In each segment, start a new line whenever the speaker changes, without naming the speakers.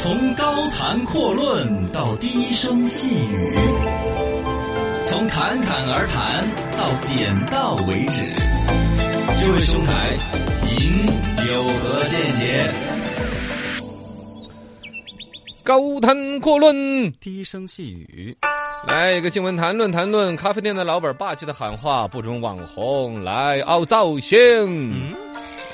从高谈阔论到低声细语，从侃侃而谈到点到为止。这位兄台，您有何见解？
高谈阔论，
低声细语，
来一个新闻谈论谈论。咖啡店的老板霸气的喊话：“不准网红来凹造型。”
嗯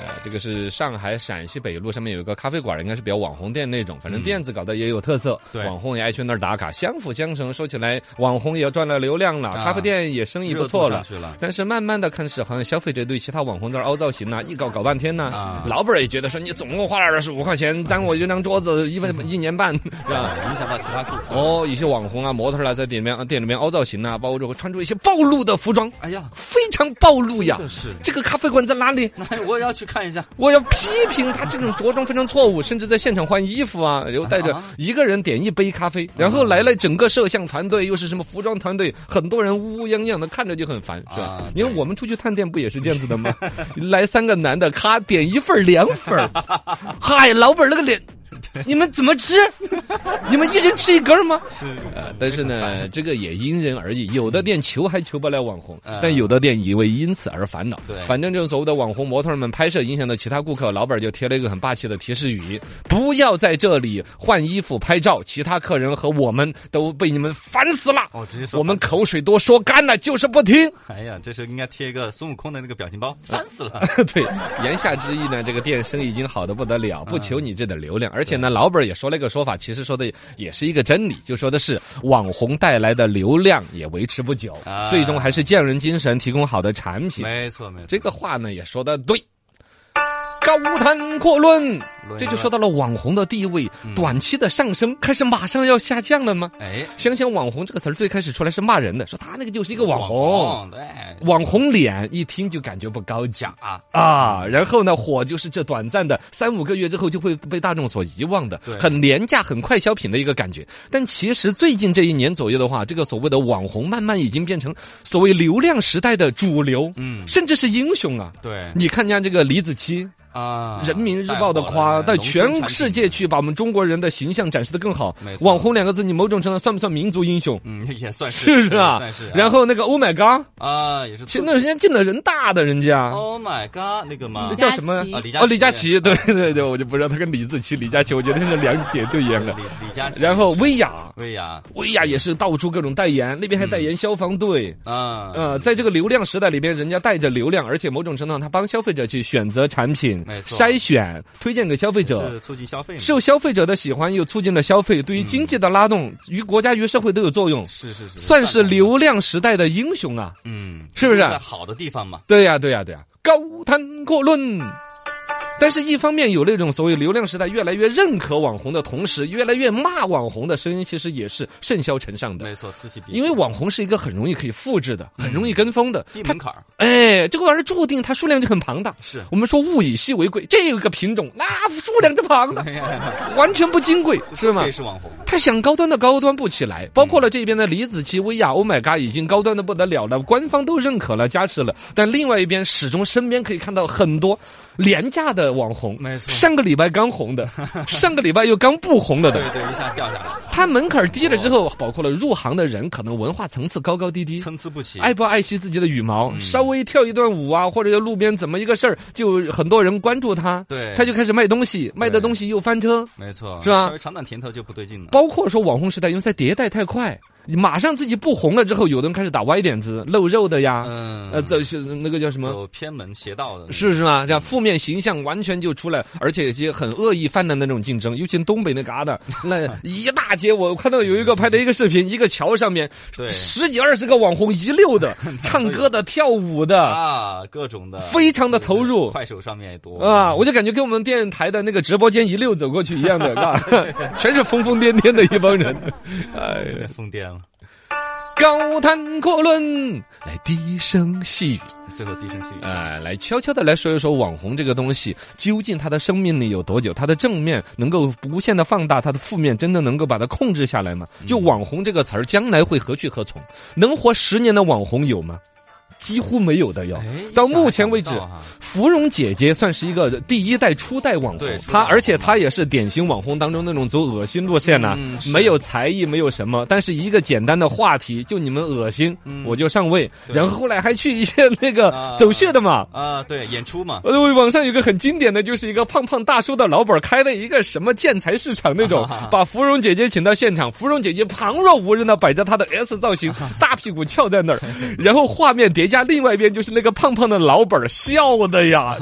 呃，这个是上海陕西北路上面有一个咖啡馆，应该是比较网红店那种，反正店子搞得也有特色，
嗯对
网红也爱去那儿打卡，相辅相成。说起来，网红也赚了流量了，
啊
咖啡店也生意
热
不
度
错
上
了。
去了。
但是慢慢的开始，好像消费者对其他网红在那儿凹造型呐、一搞搞半天呐、
啊
老板儿也觉得说你总共花了二十五块钱，耽误我一张桌子 一分一年半，是吧？
影响到其他顾客。
哦，一些网红啊、模特儿啊，在店里面店里面凹造型啊，包括这个穿出一些暴露的服装，
哎呀，
非常暴露呀
真的是！
这个咖啡馆在哪里？
那我也要去看一下。
我要批评他这种着装非常错误，甚至在现场换衣服啊，然后带着
啊
一个人点一杯咖啡，然后来了整个摄像团队，又是什么服装团队，很多人乌乌泱泱的，看着就很烦，是吧
啊？
因为我们出去探店不也是这样子的吗？来三个男的，咔点一份儿两份儿，嗨，老板那个脸，你们怎么 吃？你们一人吃一根儿吗？
是
呃，但 是呢，这个也因人而异，有的店求还求不来网红，
嗯
但有的店也为因此而烦恼。
对
反正这种所谓的网红模特儿们拍摄影响到其他顾客，老板就贴了一个很霸气的提示语：不要在这里换衣服拍照，其他客人和我们都被你们烦死了。
哦，直接说
我们口水都说干了，就是 不听。
哎呀，这时候应该贴一个孙悟空的那个表情包，烦死了。
对，言下之意呢，这个店生意已经好的不得
嗯
了，不求你这点流量。而且呢，老板儿也说了一个说法，其实说的也是一个真理，就说的是网红带来的流量也维持不久，
啊
最终还是匠人精神，提供好的产品。
没错没错，
这个话呢也说的对。高谈阔论，
论
这就说到了网红的地位，
嗯
短期的上升开始马上要下降了吗？
哎，
想想“网红”这个词儿最开始出来是骂人的，说他那个就是一个网红，
网红对
网红脸一听就感觉不高级。
假啊，
啊，然后呢，火就是这短暂的三五个月之后就会被大众所遗忘的
对，
很廉价、很快消品的一个感觉。但其实最近这一年左右的话，这个所谓的网红慢慢已经变成所谓流量时代的主流，
嗯
甚至是英雄啊。
对
你看人家这个李子柒，
啊，
《人民日报》的夸，
带
在
火了
全世，
农村产品
界去把我们中国人的形象展示的更好
没。错
网红两个字，你某种程度上算不算民族英雄？
嗯，也算
是
是
不 是啊
算是啊，？
然后那个 Oh my God，
啊，也是
前段时间进了人大的人家。
，Oh my God，那个嘛
那，叫什么？
啊，李佳
哦，李佳，琦，对对对，我就不知道他跟李子柒、李佳琦，我觉得是两姐对演 的。
李李佳琦，
然后薇娅，
薇娅，
薇娅也是到处各种代言，那
嗯
边还代言消防队。
啊，
呃，在这个流量时代里边，人家带着流量，而且某种程度上，他帮消费者去选择产品
没、错
筛选、推荐给消费者。
是促进消费嘛，
受消费者的喜欢，又促进了消费，对于经济的拉动，于国家于社会都有作用，
是是是，啊
算是，流量时代的英雄啊！
嗯，
是不是
在好的地方嘛，
对呀、对呀、对呀、高谈阔论。但是，一方面有那种所谓流量时代越来越认可网红的同时，越来越骂网红的声音，其实也是甚嚣尘上的。
没错，此起彼
因为网红是嗯一个很容易可以复制的，很容易跟风的。
低
它
门槛儿
哎，这个玩意儿注定它数量就很庞大。
是
我们说物以稀为贵，这有一个品种，那数量之庞大，
哎呀，
完全不金贵，是吗
这？是网红，
他想高端的高端不起来，包括了这边的李子柒、薇娅、Oh my God，已经高端的不得了了，官方都认可了、加持了。但另外一边，始终身边可以看到很多廉价的网红，
没错
上个礼拜刚红 的，上个礼拜又刚不红了
对
的。
对，一下掉下来了，
他门槛低了之后，包括了入行的人，可能文化层次嗯高高低低。
参差不齐，
爱不爱惜自己的羽毛，稍微跳一段舞啊，或者在路边怎么一个事儿，就很多人关注他，
对
他就开始卖东西，卖的东西又翻车，
没错，
是吧
稍微尝点甜头就不对劲了。
包括说网红时代，因为它迭代太快，马上自己不红了之后，有的人开始打歪点子、露肉的呀，
嗯，
呃，走是那个叫什么？
走偏门邪道的，
是是吧？这样负面形象完全就出来，而且一些很恶意泛滥的那种竞争，尤其东北那旮 瘩，那一大街，我看到有一个拍的一个视频，一个桥上面
对
十几二十个网红一 溜的，唱歌的、跳舞的。
啊，各种的，
非常的投入
快手上面也多
啊，我就感觉跟我们电台的那个直播间一溜走过去一样的，啊 全是疯疯癫癫的一帮人，哎呀。
疯癫了。
高谈阔论，来低声细语，
最后低声细语，
呃，来悄悄的来说一说网红这个东西，究竟它的生命力有多久？它的正面能够无限的放大，它的负面真的能够把它控制下来吗？就网红这个词儿，将来会何去何从？能活十年的网红有吗？几乎没有的哟
哎。
到目前为止
想不到哈，
芙蓉姐姐算是一个第一代初代网红
对，初代
她
网红
而且她也是典型网红当中那种走恶心路线呐
嗯，是
没有才艺，没有什么，但是一个简单的话题就你们恶心，
嗯
我就上位，
对
然后后来还去一些那个
啊
走穴的嘛。
啊，对，演出嘛，
呃，网上有个很经典的，就是一个胖胖大叔的老板开的一个什么建材市场那
啊
种，把芙蓉姐姐请到现场，芙蓉姐姐旁若无人的摆着她的 S 造型，
啊
大屁股翘在那儿，然后画面叠加另外一边就是那个胖胖的老板笑的呀，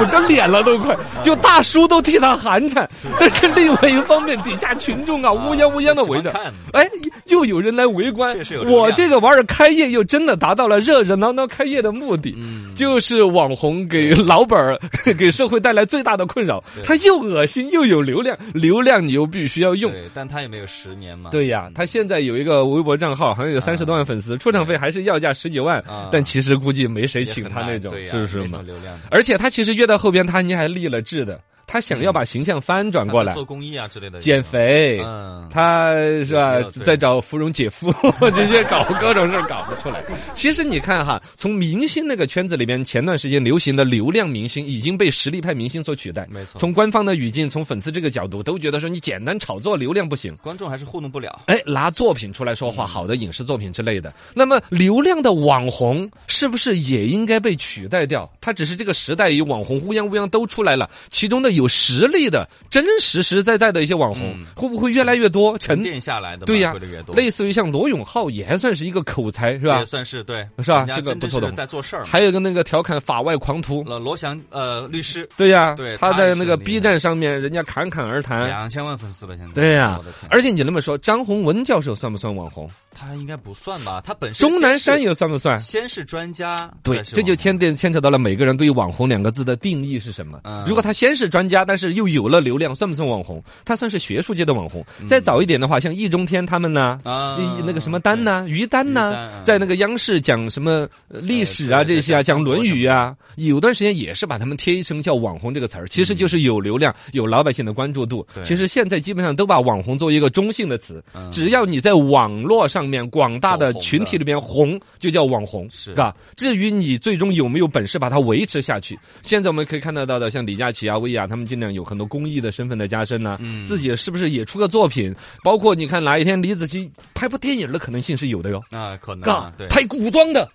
捂着脸了都快，就大叔都替他寒碜。但是另外一方面，底下群众啊乌泱乌泱的围着
喜欢看，
哎，又有人来围观
确实有，流量
我这个玩意儿开业又真的达到了热热闹闹开业的目的。
嗯，
就是网红给老板儿、 给社会带来最大的困扰，他又恶心又有流量，流量你又必须要用。
对，但嗯他也没有十年嘛，
对呀，他现在有一个微博账号，好像有三十多万粉丝，出场费还是要价十几万
啊，
但其实估计没谁
也
请
很
他
难
那种，
对呀
是不是
没什
嘛
么？流量的，
而且他其实越到后边，他你还立了志的，他想要把形象翻转
嗯他
过
就
来，
做公益啊之类的，
减，肥，
嗯，
他是吧
对对，对
在找芙蓉姐夫， 这些搞各种事儿搞不出来。其实你看哈，从明星那个圈子里边，前段时间流行的流量明星已经被实力派明星所取代。
没错
从官方的语境，从粉丝这个角度，都觉得说你简单炒作流量不行。
观众还是糊弄不了，
哎，拿作品出来说
嗯
话，好的影视作品之类的。那么，流量的网红是不是也应该被取代掉？它只是这个时代有网红乌泱乌泱都出来了，其中的有实力的、真实实在在的一些网红，
嗯
会不会越来越多？
沉
沉
淀下来的嘛
对呀
会的越多，
类似于像罗永浩也还算是一个口才，是吧
也？算是对，
是吧
人家
这个
真
不
正
错的
是在做事儿嘛。
还有一个那个调侃法外狂徒，
罗罗翔呃律师
对呀、
对
他
他
在
也是
那个
很厉
B
害
站上面，人家侃侃而谈。
两千万粉丝吧现在，
嗯对呀、
我的天，
而且你那么说，张宏文教授算不算网红？
他应该不算吧？他本身
钟南山
先
又算不算
是？先是专家，
对，
再是
这就
网
牵电牵扯到了每个人对于“网红”两个字的定义是什么。
嗯
如果他先是专家，但是又有了流量，算不算网红？他算是学术界的网红。
嗯
再早一点的话，像易中天他们呢，
红啊
那那个什么丹呐、于丹呐、
于丹嗯
在那个央视讲什么呃历史啊
对对
这些啊，
对
讲《
讲
论
中国
语》啊，有段时间也是把他们贴成叫网红这个词儿，其实就是有流量、有老百姓的关注度。
嗯对
其实现在基本上都把网红作为一个中性的词，
嗯
只要你在网络上面广大的
走红的
群体里边红，就叫网红，
是
吧？至于你最终有没有本事把它维持下去，现在我们可以看得到的，像李佳琦啊、薇娅他们尽量有很多公益的身份的加深呐、
嗯
自己是不是也出个作品？包括你看哪一天李子柒拍部电影的可能性是有的哟，
对啊可能
嘎
啊，对，
拍古 装的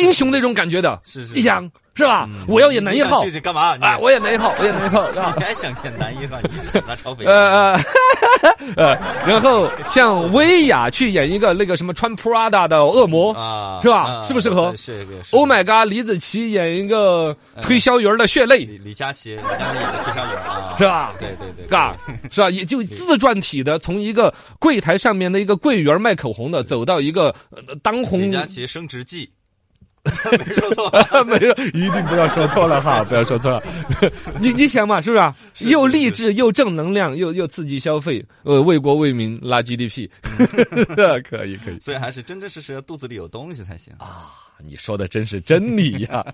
英雄那种感觉的，
是是
一想是吧？
嗯
我要演男一
你
号
想去去干嘛？你
啊，我演男一号，我演男一号是吧
你？还想演男一号？你想拿朝北？
呃 呃呃，然后像薇娅去演一个那个什么穿 Prada 的恶魔
啊，
是吧
嗯
适不适合
是是是。
，Oh my god，李子柒演一个推销员的血泪
李李佳琦，李佳琦演的推销员啊，
是吧？
对对对，
嘎，是吧？也就自传体的，从一个柜台上面的一个柜员卖口红的，走到一个呃当红
李佳琦升职记， 没说错吧，
没有，一定不要说错了哈，不要说错了。 你你想嘛，是不是啊？又励志又正能量，又又刺激消费，呃，为国为民拉 GDP，可以可以嗯
所以还是真真实实的肚子里有东西才行。
啊！你说的真是真理呀、